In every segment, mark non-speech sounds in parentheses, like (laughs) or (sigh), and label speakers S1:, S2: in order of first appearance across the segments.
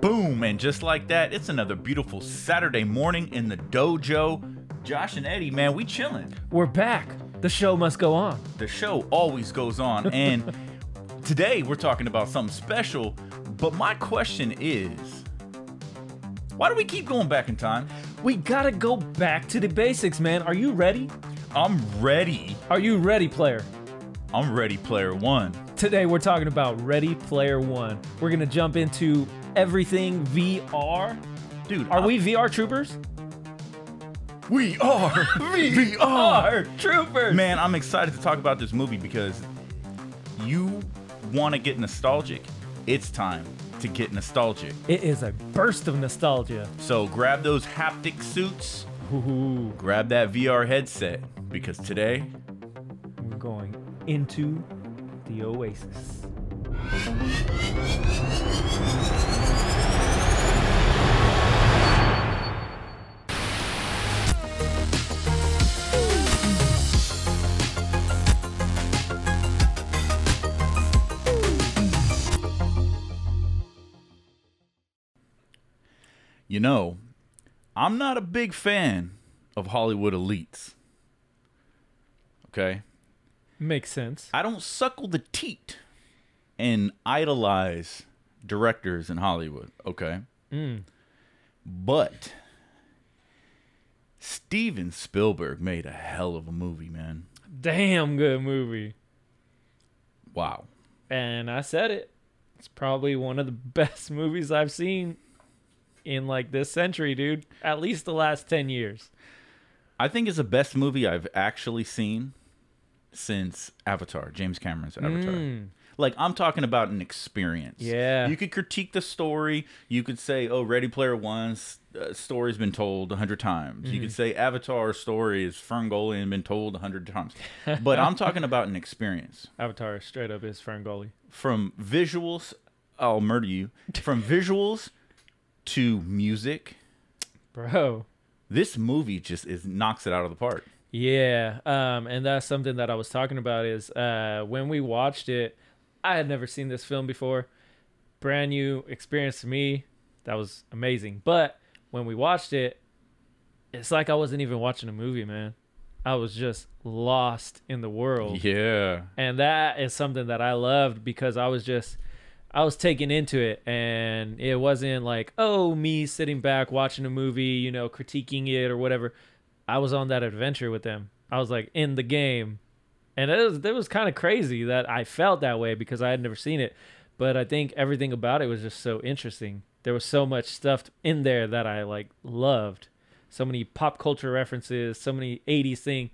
S1: Boom! And just like that, it's another beautiful Saturday morning in the dojo. Josh and Eddie, man, we chilling.
S2: We're back. The show must go on.
S1: The show always goes
S2: (laughs)
S1: on, and today we're talking about something special. But my question is, why do we keep going back in time?
S2: We gotta go back to the basics, man. Are you ready?
S1: I'm ready.
S2: Are you ready, player?
S1: I'm ready, player one.
S2: Today we're talking about Ready Player One. We're gonna jump into everything VR.
S1: Dude,
S2: Are
S1: I-
S2: we VR troopers?
S1: We
S2: (laughs)
S1: are. we
S2: Are
S1: (laughs)
S2: troopers!
S1: Man, I'm excited to talk about this movie because you want to get nostalgic. It's time to get nostalgic.
S2: It is a burst of nostalgia.
S1: So grab those haptic suits,
S2: Ooh,
S1: grab that VR headset because today
S2: we're going into the oasis.
S1: You know, I'm not a big fan of Hollywood elites. Okay?
S2: Makes sense.
S1: I don't suckle the teat and idolize directors in Hollywood. Okay? But Steven Spielberg made a hell of a movie, man.
S2: Damn good movie.
S1: Wow.
S2: And I said it. It's probably one of the (laughs) best movies I've seen in like this century, dude. At least the last 10 years.
S1: I think it's the best movie I've actually seen since Avatar, James Cameron's Avatar. Like I'm talking about an experience.
S2: Yeah.
S1: You could critique the story. You could say, "Oh, Ready Player One's uh, story's been told a hundred times." You could say Avatar's story is Ferngully and been told a hundred times. but I'm talking about an experience
S2: Avatar straight up is Ferngully.
S1: from visuals. I'll murder you from visuals to music.
S2: (laughs) Bro.
S1: This movie just is knocks it out of the park.
S2: Yeah, um, and that's something that I was talking about is uh, when we watched it, I had never seen this film before, brand new experience to me. That was amazing. But when we watched it, it's like I wasn't even watching a movie, man. I was just lost in the world
S1: Yeah.
S2: and that is something that I loved because I was just I was taken into it and it wasn't like oh me sitting back watching a movie you know critiquing it or whatever I was on that adventure with them I was like in the game and it was it was kind of crazy that I felt that way because I had never seen it but I think everything about it was just so interesting there was so much stuff in there that I like loved so many pop culture references so many 80s thing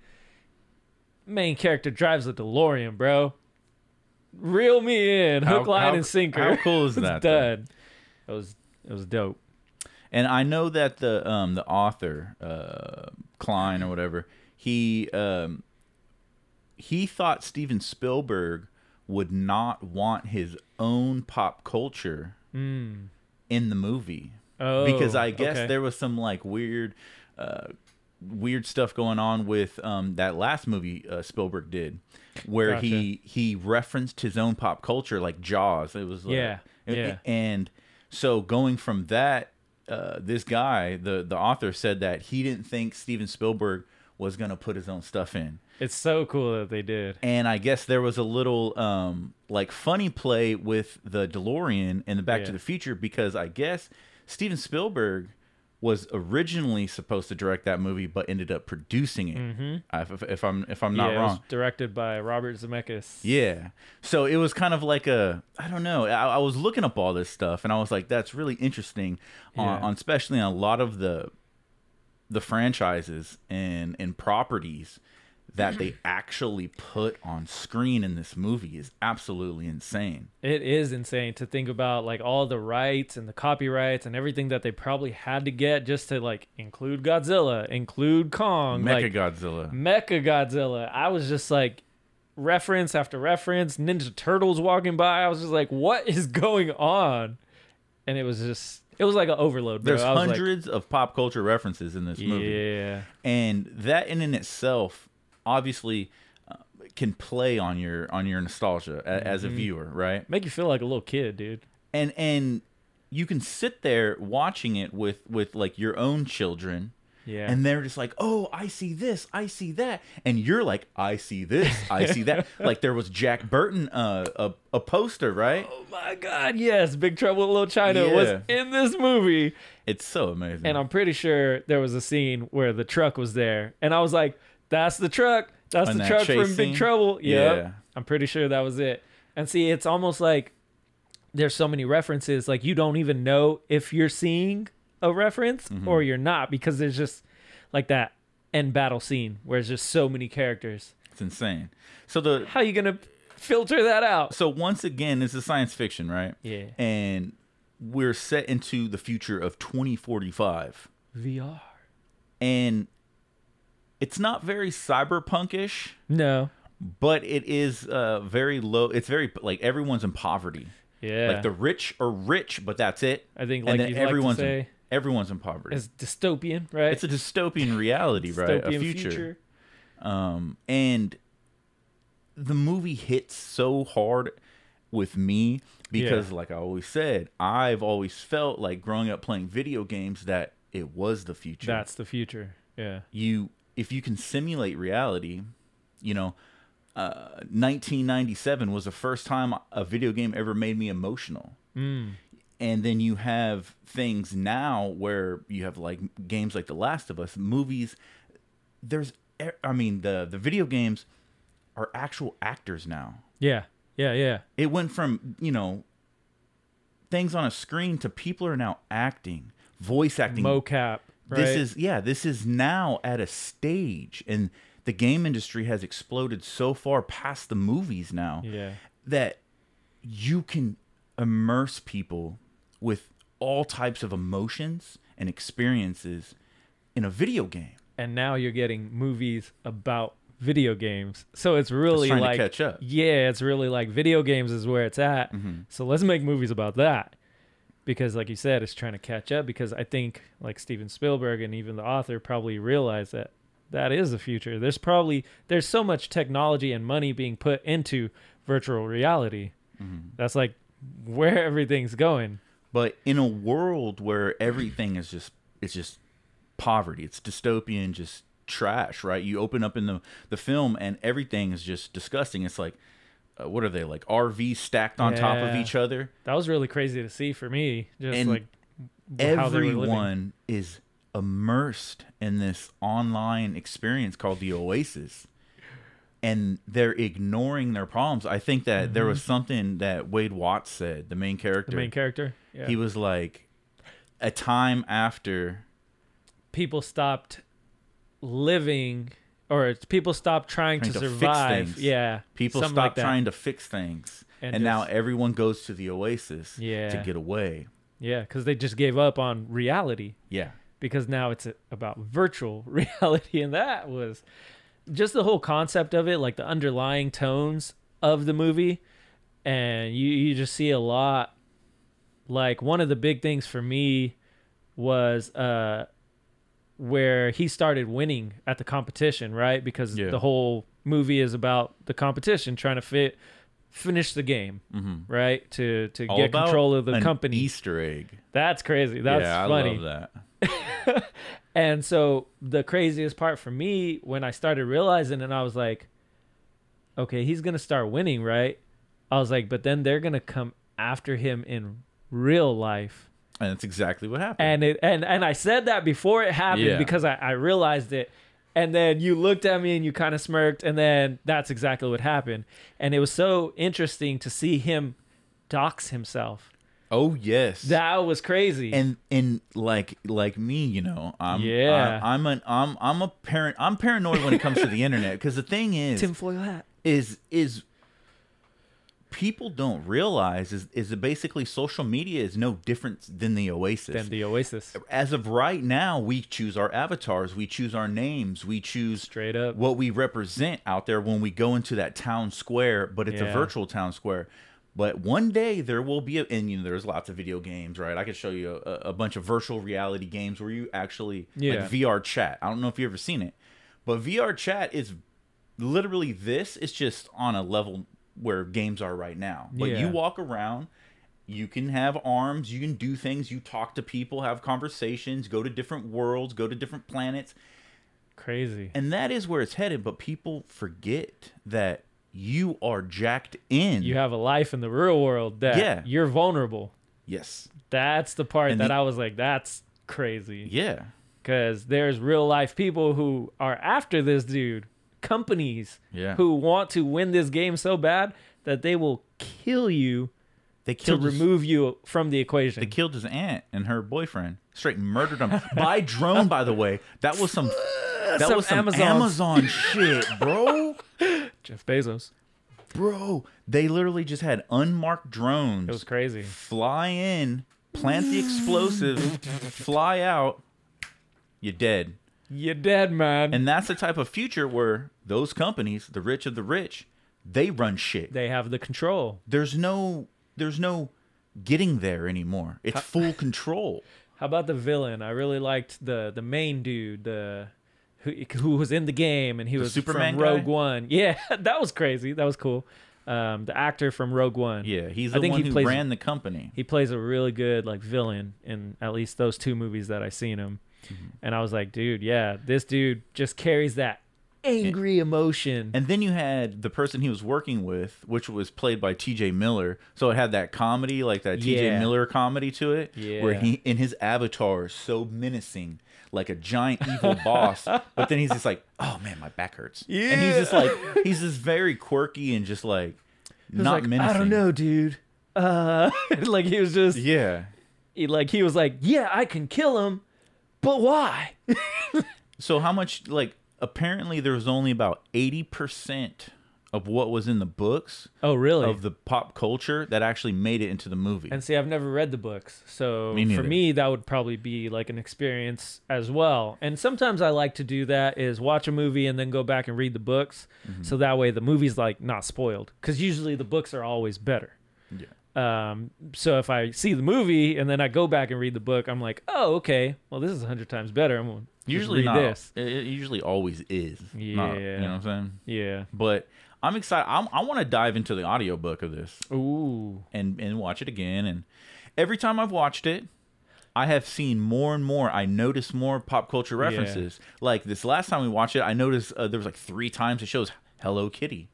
S2: main character drives a DeLorean, bro. Reel me in, hook,
S1: How-
S2: line,
S1: how-
S2: and sinker. (laughs)
S1: how cool is
S2: It's
S1: that, though?
S2: Done. It was it was dope.
S1: And I know that the um, the author uh, Klein or whatever he um, he thought Steven Spielberg would not want his own pop culture
S2: Hmm.
S1: in the movie
S2: Oh,
S1: because I guess
S2: okay.
S1: there was some like weird uh, weird stuff going on with um, that last movie uh, Spielberg did where he he referenced his own pop culture like Jaws. It was like,
S2: Yeah, yeah.
S1: and so going from that, uh, this guy, the the author, said that he didn't think Steven Spielberg was gonna put his own stuff in,
S2: It's so cool that they did.
S1: and I guess there was a little um like funny play with the DeLorean and the Back to
S2: Yeah.
S1: the Future because I guess Steven Spielberg was originally supposed to direct that movie but ended up producing it. I- If, if I'm if I'm not
S2: Mm-hmm. yeah, It
S1: wrong,
S2: was directed by Robert Zemeckis.
S1: yeah. So it was kind of like a I don't know. I, I was looking up all this stuff and I was like, that's really interesting on,
S2: Yeah.
S1: on especially on a lot of the the franchises and and properties that
S2: (clears throat)
S1: they actually put on screen in this movie is absolutely insane.
S2: It is insane to think about like all the rights and the copyrights and everything that they probably had to get just to like include Godzilla, include Kong, like
S1: Mecha Godzilla.
S2: Mecha Godzilla. I was just like reference after reference, Ninja Turtles walking by. I was just like, what (laughs) is going on? And it was just it was like an overload. Bro.
S1: There's
S2: I was like,
S1: hundreds of pop culture references in this movie.
S2: yeah.
S1: and that in and itself obviously uh, can play on
S2: Mm-hmm.
S1: your on your nostalgia a, as a viewer, right?
S2: Make you feel like a little kid, dude.
S1: and and you can sit there watching it with with like your own children
S2: Yeah.
S1: and they're just like, "Oh, I see this, I see that," and you're like, "I see this, I see
S2: (laughs)
S1: that." like there was Jack Burton, uh, a a poster, right?
S2: oh my God! Yes, Big Trouble in Little China was
S1: Yeah.
S2: in this movie,
S1: It's so amazing.
S2: and I'm pretty sure there was a scene where the truck was there, and I was like, "That's the truck. That's
S1: On
S2: the
S1: that
S2: truck
S1: chase
S2: from Big
S1: scene?
S2: Trouble." Yep.
S1: Yeah.
S2: I'm pretty sure that was it. And see, it's almost like there's so many references, like you don't even know if you're seeing a reference
S1: Mm-hmm.
S2: or you're not, because there's just like that end battle scene where it's just so many characters.
S1: it's insane. So the
S2: How you gonna filter that out?
S1: so once again, this is science fiction, right?
S2: Yeah.
S1: And we're set into the future of 2045,
S2: VR.
S1: and it's not very cyberpunkish,
S2: No.
S1: but it is uh, very low. It's very like everyone's in poverty.
S2: Yeah.
S1: Like the rich are rich, but that's it.
S2: I think,
S1: And
S2: like
S1: then
S2: you'd like to
S1: everyone's in,
S2: say,
S1: everyone's in poverty.
S2: it's dystopian, right?
S1: it's a dystopian reality, right? A future. Um, and the movie hits so hard with me because, like I always said, I've always felt like growing up playing video games that it was the future.
S2: That's the future. Yeah.
S1: you, if you can simulate reality, you know. Uh, 1997 was the first time a video game ever made me emotional
S2: Mm.
S1: and then you have things now where you have like games like The Last of Us, movies. There's, e, I mean, the the video games are actual actors now.
S2: Yeah. Yeah. Yeah.
S1: It went from you know things on a screen to people are now acting, voice acting.
S2: Mocap. Right?
S1: This is yeah, this is now at a stage, and the game industry has exploded so far past the movies now
S2: Yeah.
S1: that you can immerse people with all types of emotions and experiences in a video game.
S2: and now you're getting movies about video games. So it's really
S1: trying to
S2: like
S1: catch up. Mm-hmm.
S2: Yeah, it's really like video games is where it's at. So let's make movies about that. Because like you said, it's trying to catch up because I think like Steven Spielberg and even the author probably realize that that is the future. There's probably there's so much technology and money being put into virtual reality.
S1: Mm-hmm.
S2: That's like where (laughs) everything's going.
S1: But in a world where everything is just it's just poverty, it's dystopian, just trash, right? You open up in the the film and everything is just disgusting. It's like uh, what are they like RVs stacked on top of
S2: Yeah.
S1: each other?
S2: That was really crazy to see for me. Just
S1: And
S2: like how they were living.
S1: Everyone is immersed in this online experience called the Oasis. And they're ignoring their problems. I think that there was something that Wade Watts said, the main character.
S2: Mm-hmm. the main character. Yeah.
S1: He was like, a time after
S2: people stopped living or it's people stopped trying,
S1: Trying
S2: to
S1: to fix
S2: survive.
S1: things.
S2: yeah.
S1: people
S2: something
S1: stopped
S2: like that.
S1: trying to fix things.
S2: And
S1: And, now
S2: just-
S1: everyone goes to the Oasis to
S2: Yeah.
S1: get away.
S2: Yeah, cuz they just gave up on reality
S1: Yeah.
S2: because now it's about virtual (laughs) reality and that was just the whole concept of it, like the underlying tones of the movie and you you just see a lot like one of the big things for me was uh where he started winning at the competition, right? Because
S1: Yeah.
S2: the whole movie is about the competition trying to fit finish the game, right? To to
S1: Mm-hmm. All
S2: get
S1: about
S2: control of the
S1: an
S2: company.
S1: Easter egg.
S2: That's crazy. That's
S1: yeah,
S2: funny.
S1: I love that.
S2: And so the craziest part for me when I started realizing and I was like, okay, he's going to start winning, right? I was like, but then they're going to come after him in real life.
S1: And that's exactly what happened.
S2: And it and and I said that before it happened
S1: Yeah.
S2: because I, I realized it. And then you looked at me and you kind of smirked, and then that's exactly what happened. And it was so interesting to see him dox himself.
S1: oh, yes.
S2: That was crazy.
S1: and and like like me you know i'm
S2: Yeah.
S1: I, am an i'm i'm a parent i'm paranoid when it comes to the (laughs) internet because the thing is
S2: tinfoil hat.
S1: is is people don't realize is is that basically social media is no different than the oasis
S2: Then the Oasis.
S1: as of right now we choose our avatars we choose our names we choose
S2: Straight up.
S1: what we represent out there when we go into that town square but it's
S2: Yeah.
S1: a virtual town square but one day there will be a, and you know there's lots of video games right i could show you a, a bunch of virtual reality games where you actually
S2: Yeah.
S1: like vr chat i don't know if you've ever seen it but vr chat is literally this it's just on a level where games are right now but
S2: Yeah.
S1: you walk around you can have arms, you can do things, you talk to people, have conversations, go to different worlds, go to different planets.
S2: Crazy.
S1: And that is where it's headed, but people forget that you are jacked in.
S2: You have a life in the real world that
S1: Yeah.
S2: you're vulnerable.
S1: yes.
S2: That's the part
S1: And
S2: that
S1: the-
S2: I was like, that's crazy.
S1: Yeah.
S2: Because there's real life people who are after this dude, companies
S1: Yeah.
S2: who want to win this game so bad that they will kill you
S1: They
S2: to
S1: killed his-
S2: remove you from the equation.
S1: they killed his aunt and her boyfriend. Straight murdered
S2: (laughs)
S1: them by drone, by the way. That was some that
S2: Some
S1: was some
S2: Amazons. (laughs)
S1: Amazon shit, bro.
S2: Jeff Bezos.
S1: Bro, they literally just had unmarked drones
S2: It was crazy.
S1: fly in, plant the explosive,
S2: (laughs)
S1: fly out, you're dead.
S2: You're dead, man.
S1: And that's the type of future where those companies, the rich of the rich, they run shit.
S2: they have the control.
S1: There's no there's no getting there anymore. It's full control.
S2: How about the villain? I really liked the the main dude, the who, who was in the game and he was
S1: Superman
S2: from
S1: guy?
S2: Rogue One. (laughs) Yeah, that was crazy. That was cool. Um, the actor from Rogue One.
S1: Yeah, he's
S2: I
S1: the
S2: think
S1: one
S2: he
S1: who
S2: plays-
S1: ran the company.
S2: he plays a really good like villain in at least those two movies that I seen him.
S1: Mm-hmm.
S2: And I was like, dude, yeah, this dude just carries that angry emotion.
S1: And then you had the person he was working with, which was played by T.J. Miller. So it had that comedy, like that T.J.
S2: Yeah.
S1: Miller comedy to it, where
S2: Yeah.
S1: he and his avatar is so menacing, like a giant
S2: (laughs)
S1: evil boss. But then he's just like, "Oh man, my back hurts." And he's just
S2: Yeah.
S1: like, he's just very quirky and just like
S2: He was
S1: not
S2: like,
S1: menacing.
S2: I don't know, dude. Uh, (laughs) like he was just
S1: Yeah.
S2: he, like he was like, yeah, I can kill him, but
S1: (laughs)
S2: why?
S1: So how much like apparently there was only about eighty percent of what was in the books
S2: Oh, really?
S1: of the pop culture that actually made it into the movie.
S2: And see, I've never read the books, so
S1: Me
S2: for
S1: neither.
S2: me that would probably be like an experience as well. And sometimes I like to do that is watch a movie and then go back and read the books,
S1: Mm-hmm.
S2: so that way the movie's like not spoiled. Because usually the books are always better.
S1: Yeah.
S2: Um, so if I see the movie and then I go back and read the book, I'm like, oh, okay, well this is a hundred times better. I'm gonna just
S1: usually
S2: read
S1: not.
S2: this.
S1: It, it usually always is. not- you
S2: Yeah.
S1: know what I'm saying.
S2: Yeah.
S1: But I'm excited. I'm, I want to dive into the audiobook of this
S2: Ooh.
S1: and and watch it again. And every time I've watched it, I have seen more and more. I notice more pop culture references. Like this last time we watched it, I noticed uh, there was like three times it shows Hello Kitty.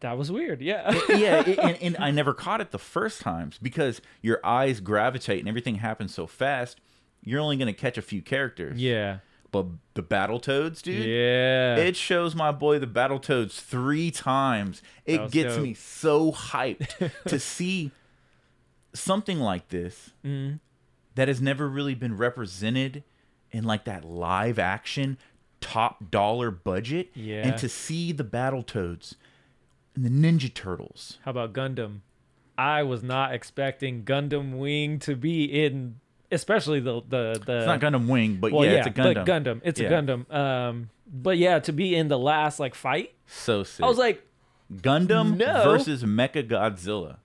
S2: That was weird. Yeah.
S1: yeah, it, and, (laughs) and I never caught it the first times because your eyes gravitate and everything happens so fast. You're only gonna catch a few characters.
S2: (laughs) yeah.
S1: But the Battle Toads, dude.
S2: Yeah.
S1: It shows my boy the Battletoads three times.
S2: That
S1: It
S2: was
S1: gets
S2: dope.
S1: me so
S2: (laughs)
S1: hyped to see something like this
S2: Mm-hmm.
S1: that has never really been represented in like that live action top dollar budget.
S2: Yeah.
S1: And to see the Battletoads and the Ninja Turtles.
S2: How about Gundam? I was not expecting Gundam Wing to be in, especially the the the.
S1: It's not Gundam Wing, but
S2: well,
S1: yeah, it's a Gundam.
S2: But Gundam, it's
S1: Yeah.
S2: a Gundam. Um, but yeah, to be in the last like fight,
S1: So sick.
S2: I was like,
S1: Gundam
S2: No.
S1: versus Mecha Godzilla.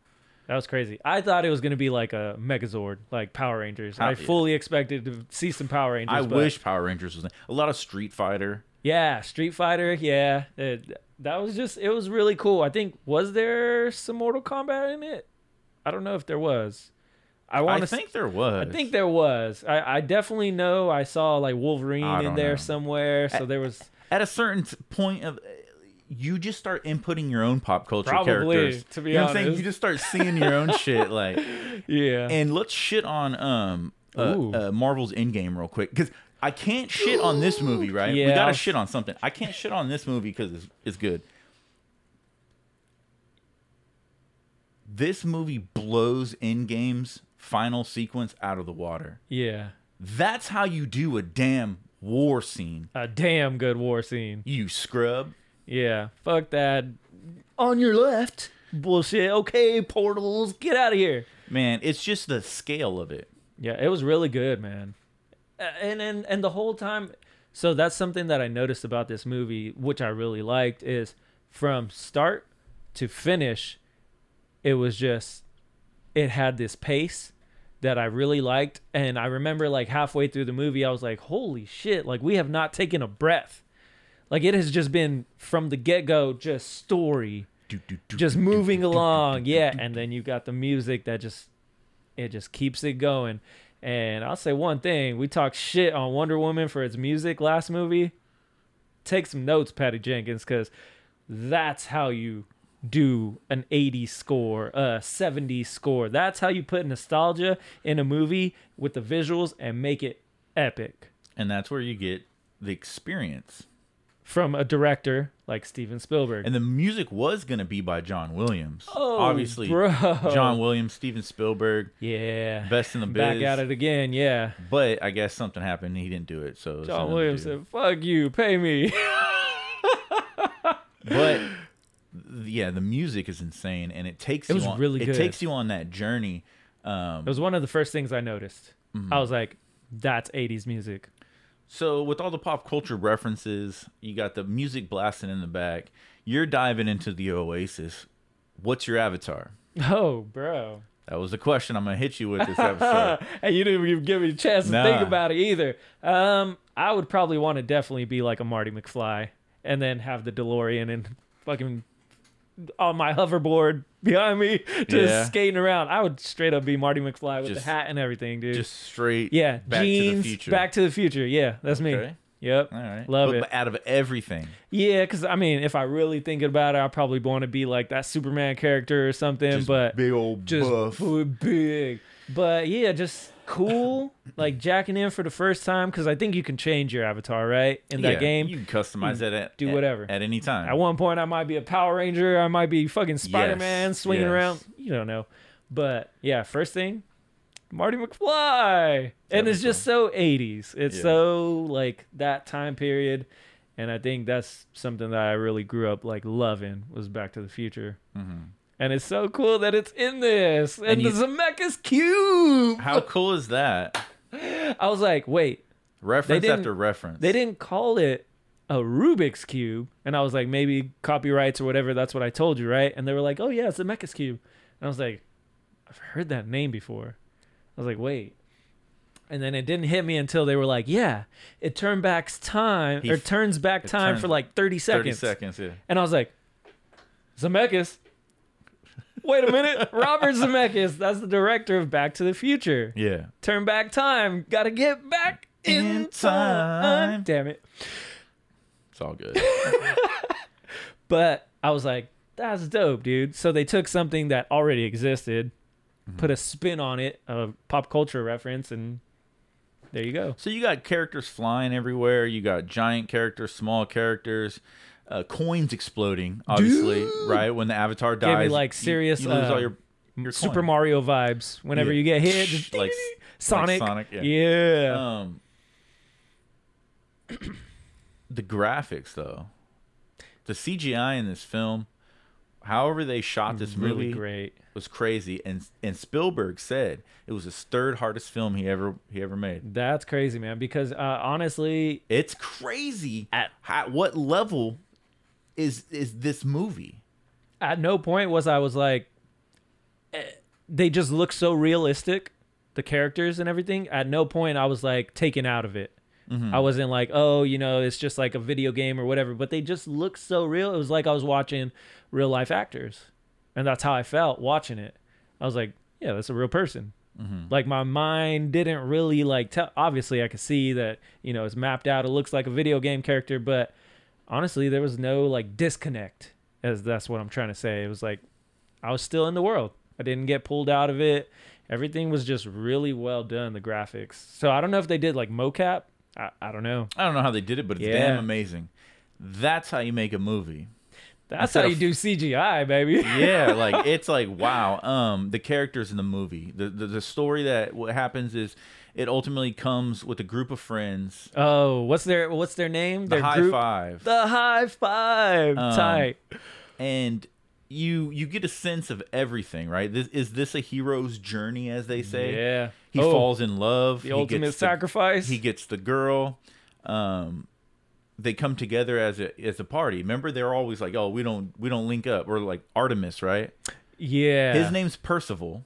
S2: that was crazy. I thought it was gonna be like a Megazord, like Power Rangers.
S1: Pow-
S2: I fully expected to see some Power Rangers.
S1: I
S2: but-
S1: wish Power Rangers was in- a lot of Street Fighter.
S2: Yeah, Street Fighter. Yeah, It- that was just. It was really cool. I think was there some Mortal Kombat in it? I don't know if there was. I
S1: I
S2: want to
S1: think there was.
S2: I think there was. I, I definitely know I saw like Wolverine
S1: I
S2: in
S1: don't
S2: there
S1: know.
S2: somewhere. So there was
S1: at a certain t- point of you just start inputting your own pop culture
S2: Probably,
S1: characters.
S2: to be
S1: you know what I'm saying?
S2: honest.
S1: You just start seeing your
S2: (laughs)
S1: own shit like
S2: (laughs) yeah.
S1: and let's shit on um
S2: Ooh.
S1: uh, uh, Marvel's Endgame real quick cuz I can't shit on this movie, right? We
S2: Yeah.
S1: got to shit on something. I can't shit on this movie cuz it's, it's good. This movie blows Endgame's final sequence out of the water.
S2: yeah.
S1: That's how you do a damn war scene.
S2: A damn good war scene.
S1: You scrub.
S2: Yeah. Fuck that. On your left. Bullshit. Okay, portals, get out of here.
S1: Man, it's just the scale of it.
S2: Yeah, it was really good, man. Uh, And and and the whole time so that's something that I noticed about this movie, which I really liked, is from start to finish, it was just it had this pace that I really liked. And I remember like halfway through the movie, I was like, holy shit, like we have not taken a breath. Like it has just been from the get go, just story just
S1: (laughs)
S2: moving along. Yeah, and then you got the music that just it just keeps it going. And I'll say one thing: we talked shit on Wonder Woman for its music last movie. Take some notes, Patty Jenkins, because that's how you do an 80s score, a 70s score. That's how you put nostalgia in a movie with the visuals and make it epic
S1: and that's where you get the experience.
S2: from a director like Steven Spielberg.
S1: And the music was gonna be by John Williams.
S2: Oh,
S1: obviously,
S2: bro.
S1: John Williams, Steven Spielberg,
S2: yeah.
S1: best in the
S2: Back
S1: biz.
S2: at it again, yeah.
S1: But I guess something happened. and He didn't do it. So it's
S2: John
S1: another
S2: Williams
S1: dude.
S2: said, "Fuck you, pay me."
S1: But
S2: (laughs)
S1: th- yeah, the music is insane, and it takes
S2: It
S1: you
S2: was
S1: on,
S2: really
S1: It
S2: good.
S1: takes you on that journey. um,
S2: It was one of the first things I noticed. I was like, "That's '80s music."
S1: So with all the pop culture references, you got the music blasting in the back. You're diving into the Oasis. What's your avatar?
S2: (laughs) Oh, bro.
S1: That was the question I'm gonna hit you with this episode.
S2: (laughs) and you didn't even give me a chance to
S1: Nah.
S2: think about it either. Um, I would probably want to definitely be like a Marty McFly, and then have the DeLorean and fucking on my hoverboard (laughs) behind me, just
S1: Yeah.
S2: skating around. I would straight up be Marty McFly with
S1: Just-
S2: the hat and everything, dude.
S1: Just straight.
S2: yeah,
S1: Back
S2: jeans,
S1: to the future.
S2: Back to the Future. Yeah, that's me.
S1: Okay.
S2: Yep.
S1: All right.
S2: Love
S1: but,
S2: it.
S1: But out of everything,
S2: Yeah, because I mean, if I really think about it, I probably want to be like that Superman character or something. but
S1: big old
S2: just
S1: buff.
S2: bu- big. But yeah, just
S1: (laughs)
S2: cool. like jacking in for the first time because I think you can change your avatar right in that
S1: Yeah,
S2: game.
S1: you can customize that at
S2: do
S1: at-
S2: whatever.
S1: at any time.
S2: At one point, I might be a Power Ranger. I might be fucking Spider Man
S1: Yes,
S2: swinging
S1: yes.
S2: around. You don't know. But yeah, first thing, Marty McFly. and it's just so 80s. It's
S1: Yeah.
S2: so like that time period. And I think that's something that I really grew up like loving was Back to the Future. And it's so cool that it's in this. And,
S1: Mm-hmm. And you-
S2: the Zemeckis cube.
S1: How
S2: (laughs)
S1: cool is that?
S2: I was like, wait,
S1: Reference
S2: didn't-
S1: after reference.
S2: they didn't call it a Rubik's cube, and I was like, maybe copyrights or whatever. That's what I told you, right? And they were like, oh yeah, it's a Zemeckis cube, and I was like, I've heard that name before. I was like, wait, and then it didn't hit me until they were like, yeah, it turned back time
S1: He
S2: or
S1: f-
S2: turns back time
S1: turns-
S2: for like thirty
S1: Thirty seconds.
S2: seconds.
S1: Yeah.
S2: And I was like, Zemeckis. Wait
S1: (laughs)
S2: a minute, Robert Zemeckis. That's the director of Back to the Future
S1: Yeah.
S2: turn back time. Gotta get back in,
S1: In time.
S2: time. Damn it.
S1: It's all
S2: (laughs)
S1: good.
S2: But I was like, that's dope, dude. So they took something that already existed,
S1: Mm-hmm.
S2: put a spin on it, a pop culture reference, and there you go.
S1: So you got characters flying everywhere. You got giant characters, small characters, uh, coins exploding. Obviously, right when the avatar
S2: me,
S1: dies,
S2: like,
S1: you-
S2: serious,
S1: You, lose
S2: uh,
S1: all your, your
S2: Super
S1: coin.
S2: Mario vibes. Whenever
S1: Yeah.
S2: you get hit, just
S1: like
S2: Sonic.
S1: Sonic, yeah.
S2: yeah.
S1: Um, the graphics, though, the CGI in this film, however they shot this
S2: really
S1: movie,
S2: great.
S1: was crazy. And and Spielberg said it was his third hardest film he ever he ever made.
S2: That's crazy, man. Because uh, honestly,
S1: It's crazy at how, what level is is this movie?
S2: at no point was I was like, eh, they just look so realistic, the characters and everything. At no point I was like taken out of it. I wasn't like, oh, you know, it's just like a video game or whatever. But they just look so real. It was like I was watching real life actors, and that's how I felt watching it. I was like, yeah, that's a real person. Like my mind didn't really like tell. Obviously, I could see that you know it's mapped out. It looks like a video game character, but honestly, there was no like disconnect. As that's what I'm trying to say. It was like I was still in the world. I didn't get pulled out of it. Everything was just really well done. The graphics. So I don't know if they did like mocap. I, I don't know.
S1: I don't know how they did it, but it's
S2: Yeah.
S1: damn amazing. That's how you make a movie.
S2: That's
S1: Instead
S2: how
S1: of-
S2: you do CGI,
S1: (laughs)
S2: baby.
S1: yeah like it's like wow um the characters in the movie the, the the story that what happens is it ultimately comes with a group of friends
S2: Oh, what's their what's their name?
S1: the
S2: their
S1: high
S2: group?
S1: five
S2: The high five.
S1: Um,
S2: Tight.
S1: and you you get a sense of everything right this is this a hero's journey as they say
S2: Yeah.
S1: he
S2: Oh,
S1: falls in love
S2: The
S1: he
S2: ultimate
S1: gets
S2: sacrifice.
S1: he gets the girl um they come together as a as a party remember they're always like oh we don't we don't link up we're like artemis right
S2: yeah.
S1: his name's percival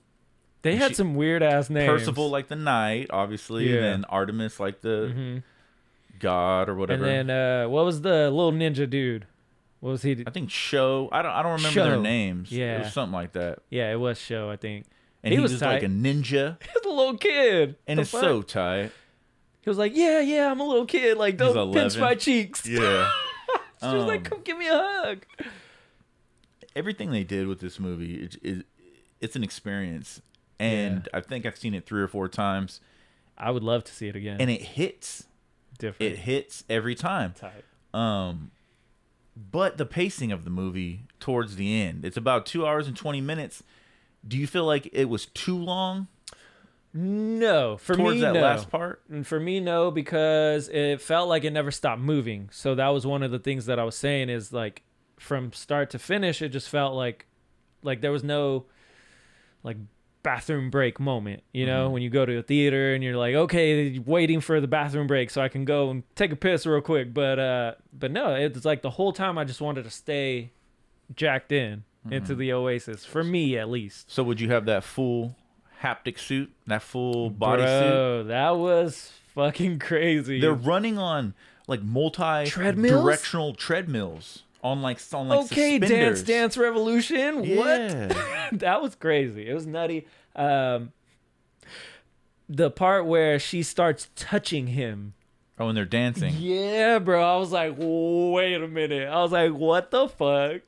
S2: They had
S1: she-
S2: some weird ass names.
S1: Percival like the knight, obviously,
S2: Yeah. Mm-hmm.
S1: and then Artemis like the god or whatever.
S2: And then uh, what was the little ninja dude? What was he?
S1: I think show. I don't. I don't remember their
S2: Show.
S1: names. it
S2: Yeah.
S1: was something like that.
S2: Yeah, it was show. I (laughs) think.
S1: And he, was, like a
S2: (laughs)
S1: ninja,
S2: He was a little kid.
S1: and
S2: The
S1: it's
S2: fuck?
S1: so
S2: (laughs)
S1: tight.
S2: He was like, yeah, yeah, I'm a little kid. Like, don't pinch
S1: 11.
S2: my cheeks. (laughs)
S1: Yeah.
S2: She was like,
S1: Um,
S2: come give me a hug.
S1: everything they did with this movie it, it, it's an experience and i think i've seen it three or four times
S2: I would love to see it again.
S1: and it hits
S2: Different
S1: it hits every time
S2: type.
S1: um but the pacing of the movie towards the end it's about two hours and 20 minutes do you feel like it was too long
S2: No, for
S1: towards
S2: me,
S1: that
S2: no.
S1: last part
S2: And for me, no, because it felt like it never stopped moving. So that was one of the things that I was saying is like from start to finish, it just felt like like there was no like bathroom break moment. You know, when you go to a theater and you're like, okay, waiting for the bathroom break so I can go and take a piss real quick. But uh, but no, it's like the whole time I just wanted to stay jacked in into the oasis for me at least.
S1: so would you have that full haptic suit that full body suit
S2: Bro, that was fucking (laughs) crazy.
S1: they're running on like multi
S2: Treadmills?
S1: directional treadmills on like on like
S2: okay, Dance
S1: suspenders.
S2: Dance Revolution.
S1: Yeah.
S2: What? (laughs) that was crazy. It was nutty. Um, the part where she starts touching him.
S1: Oh, and they're dancing.
S2: Yeah, bro. I was like, wait a minute. I was like, what the fuck?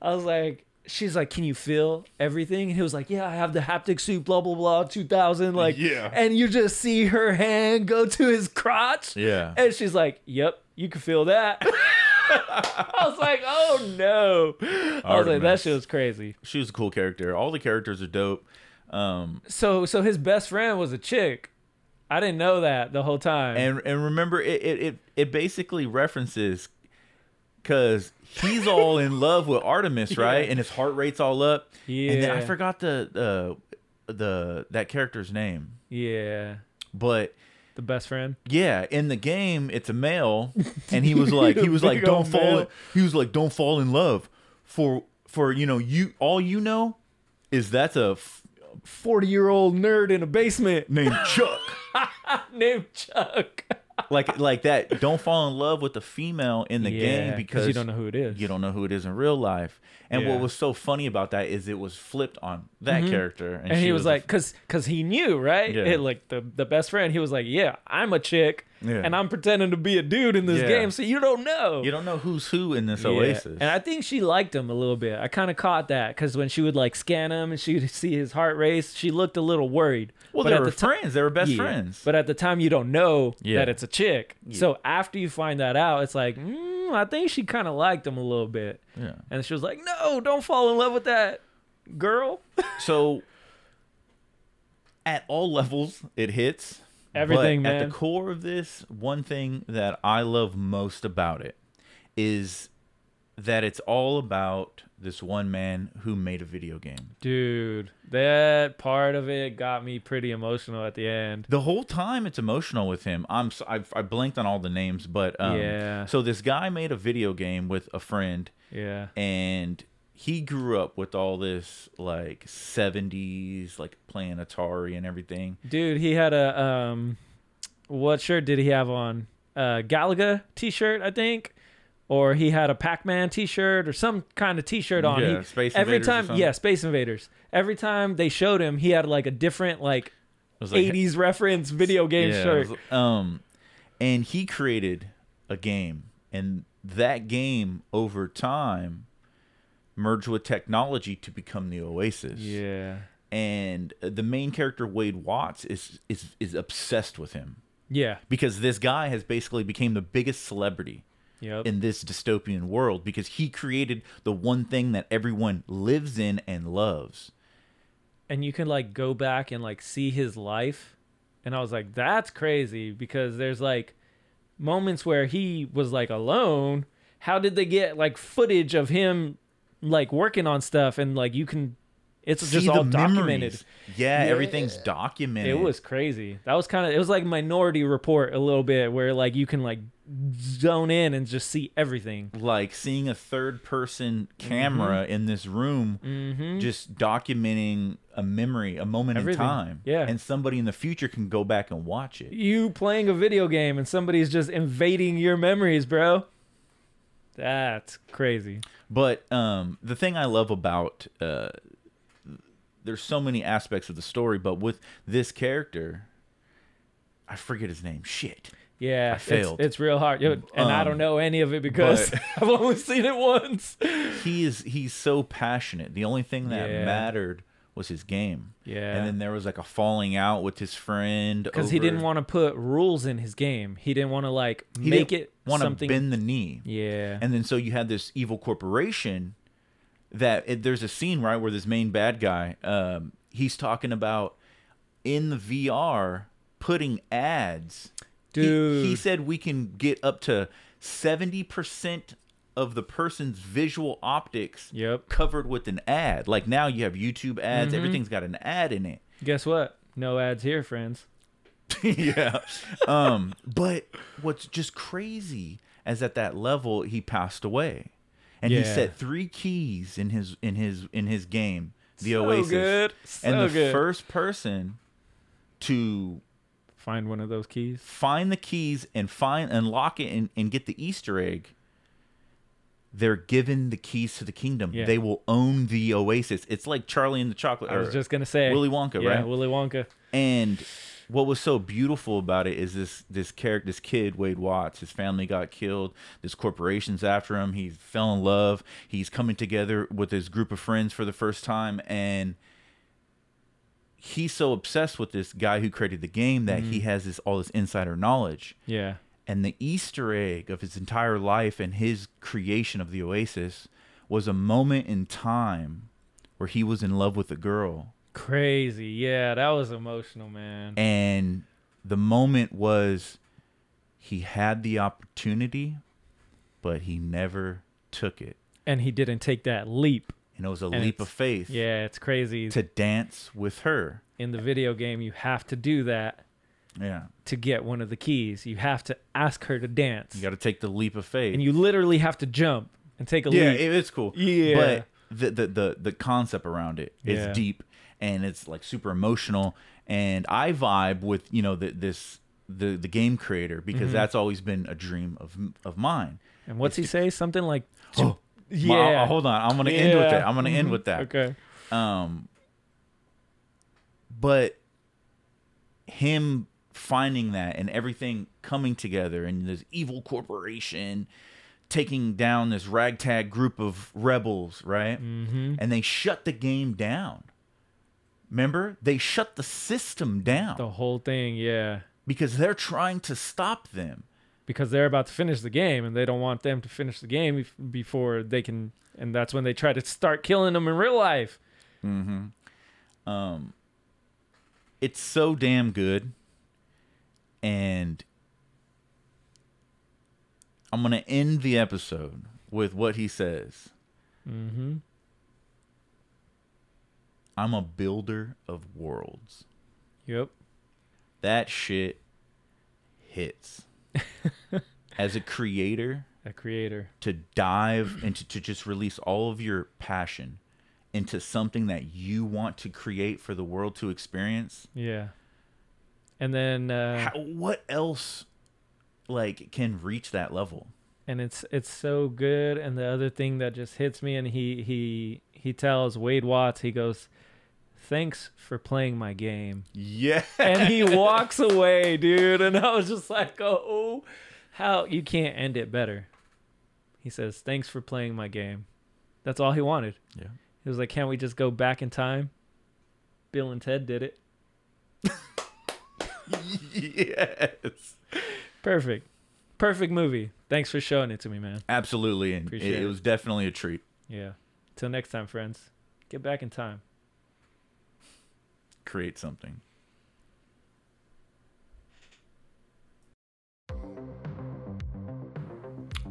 S2: I was like, she's like, can you feel everything? And he was like, yeah, I have the haptic suit, blah blah blah, two thousand. Like,
S1: Yeah.
S2: And you just see her hand go to his crotch.
S1: Yeah.
S2: And she's like, "Yep, you can feel that." (laughs) I was like, "Oh no!" I was like, "That
S1: Artemis.
S2: shit was crazy."
S1: She was a cool character. All the characters are dope. Um,
S2: So, so his best friend was a chick. I didn't know that the whole time.
S1: and and remember, it it it, it basically references because he's all
S2: (laughs)
S1: in love with Artemis, right? And his heart rate's all up. And then I
S2: Yeah.
S1: forgot the uh, the that character's name,
S2: yeah,
S1: but
S2: the best friend.
S1: Yeah, in the game, it's a male, and he was like,
S2: (laughs)
S1: he was like,
S2: Big
S1: don't
S2: old
S1: fall.
S2: male.
S1: He was like, don't fall in love. For for you know you all you know is that's a f-
S2: Forty-year-old nerd in a basement
S1: named
S2: (laughs)
S1: Chuck.
S2: named Chuck.
S1: like like that. Don't fall in love with a female in the game because
S2: you don't know who it is.
S1: you don't know who it is in real life. And
S2: Yeah. Mm-hmm.
S1: what was so funny about that is it was flipped on that character,
S2: and
S1: she
S2: he was
S1: a
S2: like, cause, cause he knew, right?
S1: Yeah.
S2: It, like the the best friend. He was like, "Yeah, I'm a chick,
S1: Yeah.
S2: and I'm pretending to be a dude in this
S1: Yeah.
S2: game, so you don't know."
S1: f- you don't know who's who in this
S2: Yeah,
S1: oasis.
S2: And I think she liked him a little bit. I kind of caught that because when she would like scan him and she'd (laughs) see his heart race, she looked a little worried.
S1: well,
S2: But
S1: they
S2: at
S1: were
S2: the ti-
S1: friends. They were best
S2: Yeah.
S1: friends.
S2: But at the time, you don't know
S1: Yeah.
S2: that it's a chick. So after you find that out, it's like, mm, I think she kind of liked him a little bit.
S1: yeah.
S2: And she was like, no, don't fall in love with that girl.
S1: So at all levels, it hits.
S2: Everything,
S1: but At
S2: man.
S1: the core of this, one thing that I love most about it is that it's all about this one man who made a video game.
S2: Dude, that part of it got me pretty emotional at the end.
S1: The whole time it's emotional with him. I'm s- I've, I blanked on all the names, but um,
S2: Yeah.
S1: So this guy made a video game with a friend,
S2: Yeah.
S1: and he grew up with all this like 70s, like playing Atari and everything.
S2: Dude, he had a um what shirt did he have on? Uh Galaga t-shirt, I think. Or he had a Pac-Man t-shirt or some kind of t-shirt on.
S1: Yeah,
S2: He-
S1: Space
S2: every
S1: Invaders or
S2: time,
S1: something.
S2: yeah, Space Invaders. Every time they showed him, he had like a different like,
S1: It was like,
S2: 80s reference video game
S1: Yeah,
S2: shirt.
S1: it was- Um, and he created a game, and that game over time merged with technology to become the Oasis.
S2: yeah.
S1: And uh, the main character Wade Watts is is is obsessed with him
S2: Yeah.
S1: because this guy has basically became the biggest celebrity
S2: Yep.
S1: in this dystopian world because he created the one thing that everyone lives in and loves.
S2: and you can like go back and like see his life and i was like that's crazy because there's like moments where he was like alone how did they get like footage of him like working on stuff and like you can it's
S1: See
S2: just
S1: the
S2: all documented
S1: memories. Yeah, everything's documented.
S2: it was crazy that was kind of it was like minority report a little bit where like you can like zone in and just see everything
S1: like seeing a third person camera
S2: Mm-hmm.
S1: in this room just documenting a memory a moment
S2: Everything.
S1: in time
S2: Yeah.
S1: and somebody in the future can go back and watch it
S2: you playing a video game and somebody's just invading your memories bro That's crazy.
S1: But um, the thing I love about uh, there's so many aspects of the story, but with this character, I forget his name. Shit.
S2: Yeah,
S1: failed.
S2: It's, it's real hard, Yo, and I
S1: Um,
S2: don't know any of it because
S1: but-
S2: (laughs) I've only seen it once.
S1: He is he's so passionate. The only thing that
S2: Yeah.
S1: mattered was his game.
S2: Yeah.
S1: And then there was like a falling out with his friend
S2: Because he didn't
S1: over-
S2: want to put rules in his game. He didn't want to like
S1: he
S2: make
S1: didn't
S2: it
S1: wanna
S2: something.
S1: bend the knee.
S2: yeah,
S1: And then so you had this evil corporation that it, there's a scene right where this main bad guy um, he's talking about in the VR putting ads. He-
S2: dude.
S1: he, said we can get up to seventy percent of the person's visual optics
S2: Yep.
S1: covered with an ad. Like now you have YouTube ads. Everything's got an ad in it.
S2: Guess what? No ads here, friends.
S1: (laughs) yeah. Um, but what's just crazy is at that level he passed away, and he
S2: Yeah.
S1: set three keys in his in his in his game, the
S2: So
S1: Oasis,
S2: good.
S1: and
S2: So
S1: the
S2: good.
S1: first person to
S2: Find one of those keys.
S1: find the keys and find unlock it and, and get the Easter egg. They're given the keys to the kingdom.
S2: Yeah.
S1: They will own the oasis. It's like Charlie and the Chocolate.
S2: I was
S1: or
S2: just gonna say
S1: Willy Wonka,
S2: yeah,
S1: right?
S2: Willy Wonka.
S1: And what was so beautiful about it is this this character, this kid, Wade Watts. His family got killed. This corporation's after him. He fell in love. He's coming together with his group of friends for the first time, and he's so obsessed with this guy who created the game that he has this all this insider knowledge.
S2: Yeah,
S1: And the Easter egg of his entire life and his creation of the Oasis was a moment in time where he was in love with a girl
S2: crazy. Yeah, that was emotional, man.
S1: and the moment was he had the opportunity but he never took it
S2: And he didn't take that leap.
S1: and it was a leap
S2: it's-
S1: of faith
S2: Yeah, it's crazy.
S1: to dance with her
S2: In the video game, you have to do that
S1: yeah
S2: to get one of the keys. You have to ask her to dance,
S1: you got to take the leap of faith
S2: and you literally have to jump and take a
S1: yeah
S2: leap.
S1: it- it's cool
S2: Yeah.
S1: but the the the, the concept around it is
S2: Yeah.
S1: deep and it's like super emotional and i vibe with you know the, this the, the game creator because
S2: Mm-hmm.
S1: that's always been a dream of of mine
S2: and what's he say? Something like,
S1: oh (laughs)
S2: yeah.
S1: hold on i'm gonna end with
S2: Yeah.
S1: that i'm gonna end
S2: Mhm.
S1: with that
S2: Okay.
S1: Um, but him finding that and everything coming together and this evil corporation taking down this ragtag group of rebels, right? Mm-hmm. And they shut the game down. Remember? They shut the system down
S2: The whole thing, yeah.
S1: because they're trying to stop them.
S2: Because they're about to finish the game and they don't want them to finish the game bef- before they can. And that's when they try to start killing them in real life.
S1: it's so damn good and i'm gonna end the episode with what he says mm-hmm. i'm a builder of worlds
S2: Yep.
S1: that shit hits as a creator
S2: A creator.
S1: to dive and to, to just release all of your passion into something that you want to create for the world to experience
S2: Yeah. And then, uh,
S1: how, what else like can reach that level
S2: and it's it's so good. And the other thing that just hits me, and he he he tells Wade Watts, he goes, "Thanks for playing my game."
S1: yeah (laughs)
S2: and he walks away, dude. And I was just like, oh, how you can't end it better. He says, thanks for playing my game. That's all he wanted.
S1: Yeah.
S2: He was like, can't we just go back in time? Bill and Ted did it.
S1: yes
S2: Perfect. Perfect movie. Thanks for showing it to me, man.
S1: absolutely and it,
S2: Appreciate
S1: it
S2: it.
S1: was definitely a treat
S2: Yeah. Till next time, friends. Get back in time.
S1: create something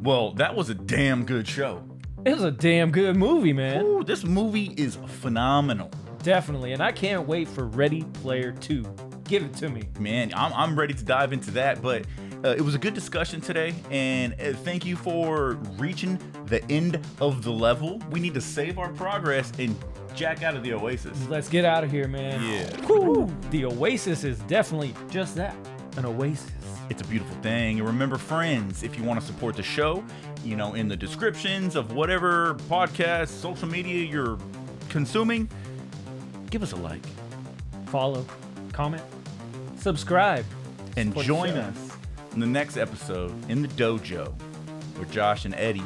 S1: well that was a damn good show
S2: It was a damn good movie, man.
S1: Ooh, this movie is phenomenal
S2: Definitely. And I can't wait for Ready Player 2. Give it to me.
S1: man i'm, I'm ready to dive into that but uh, it was a good discussion today and uh, thank you for reaching the end of the level we need to save our progress and jack out of the oasis
S2: Let's get out of here, man.
S1: Yeah.
S2: Whew. The Oasis is definitely just that an oasis.
S1: It's a beautiful thing. And remember, friends, if you want to support the show, you know, in the descriptions of whatever podcast, social media you're consuming, give us a like
S2: Follow, comment, subscribe.
S1: and
S2: Support the
S1: join
S2: show.
S1: us in the next episode in the dojo where Josh and Eddie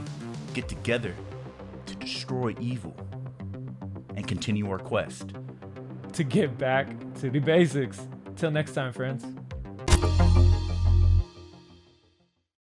S1: get together to destroy evil and continue our quest.
S2: to get back to the basics. Till next time, friends.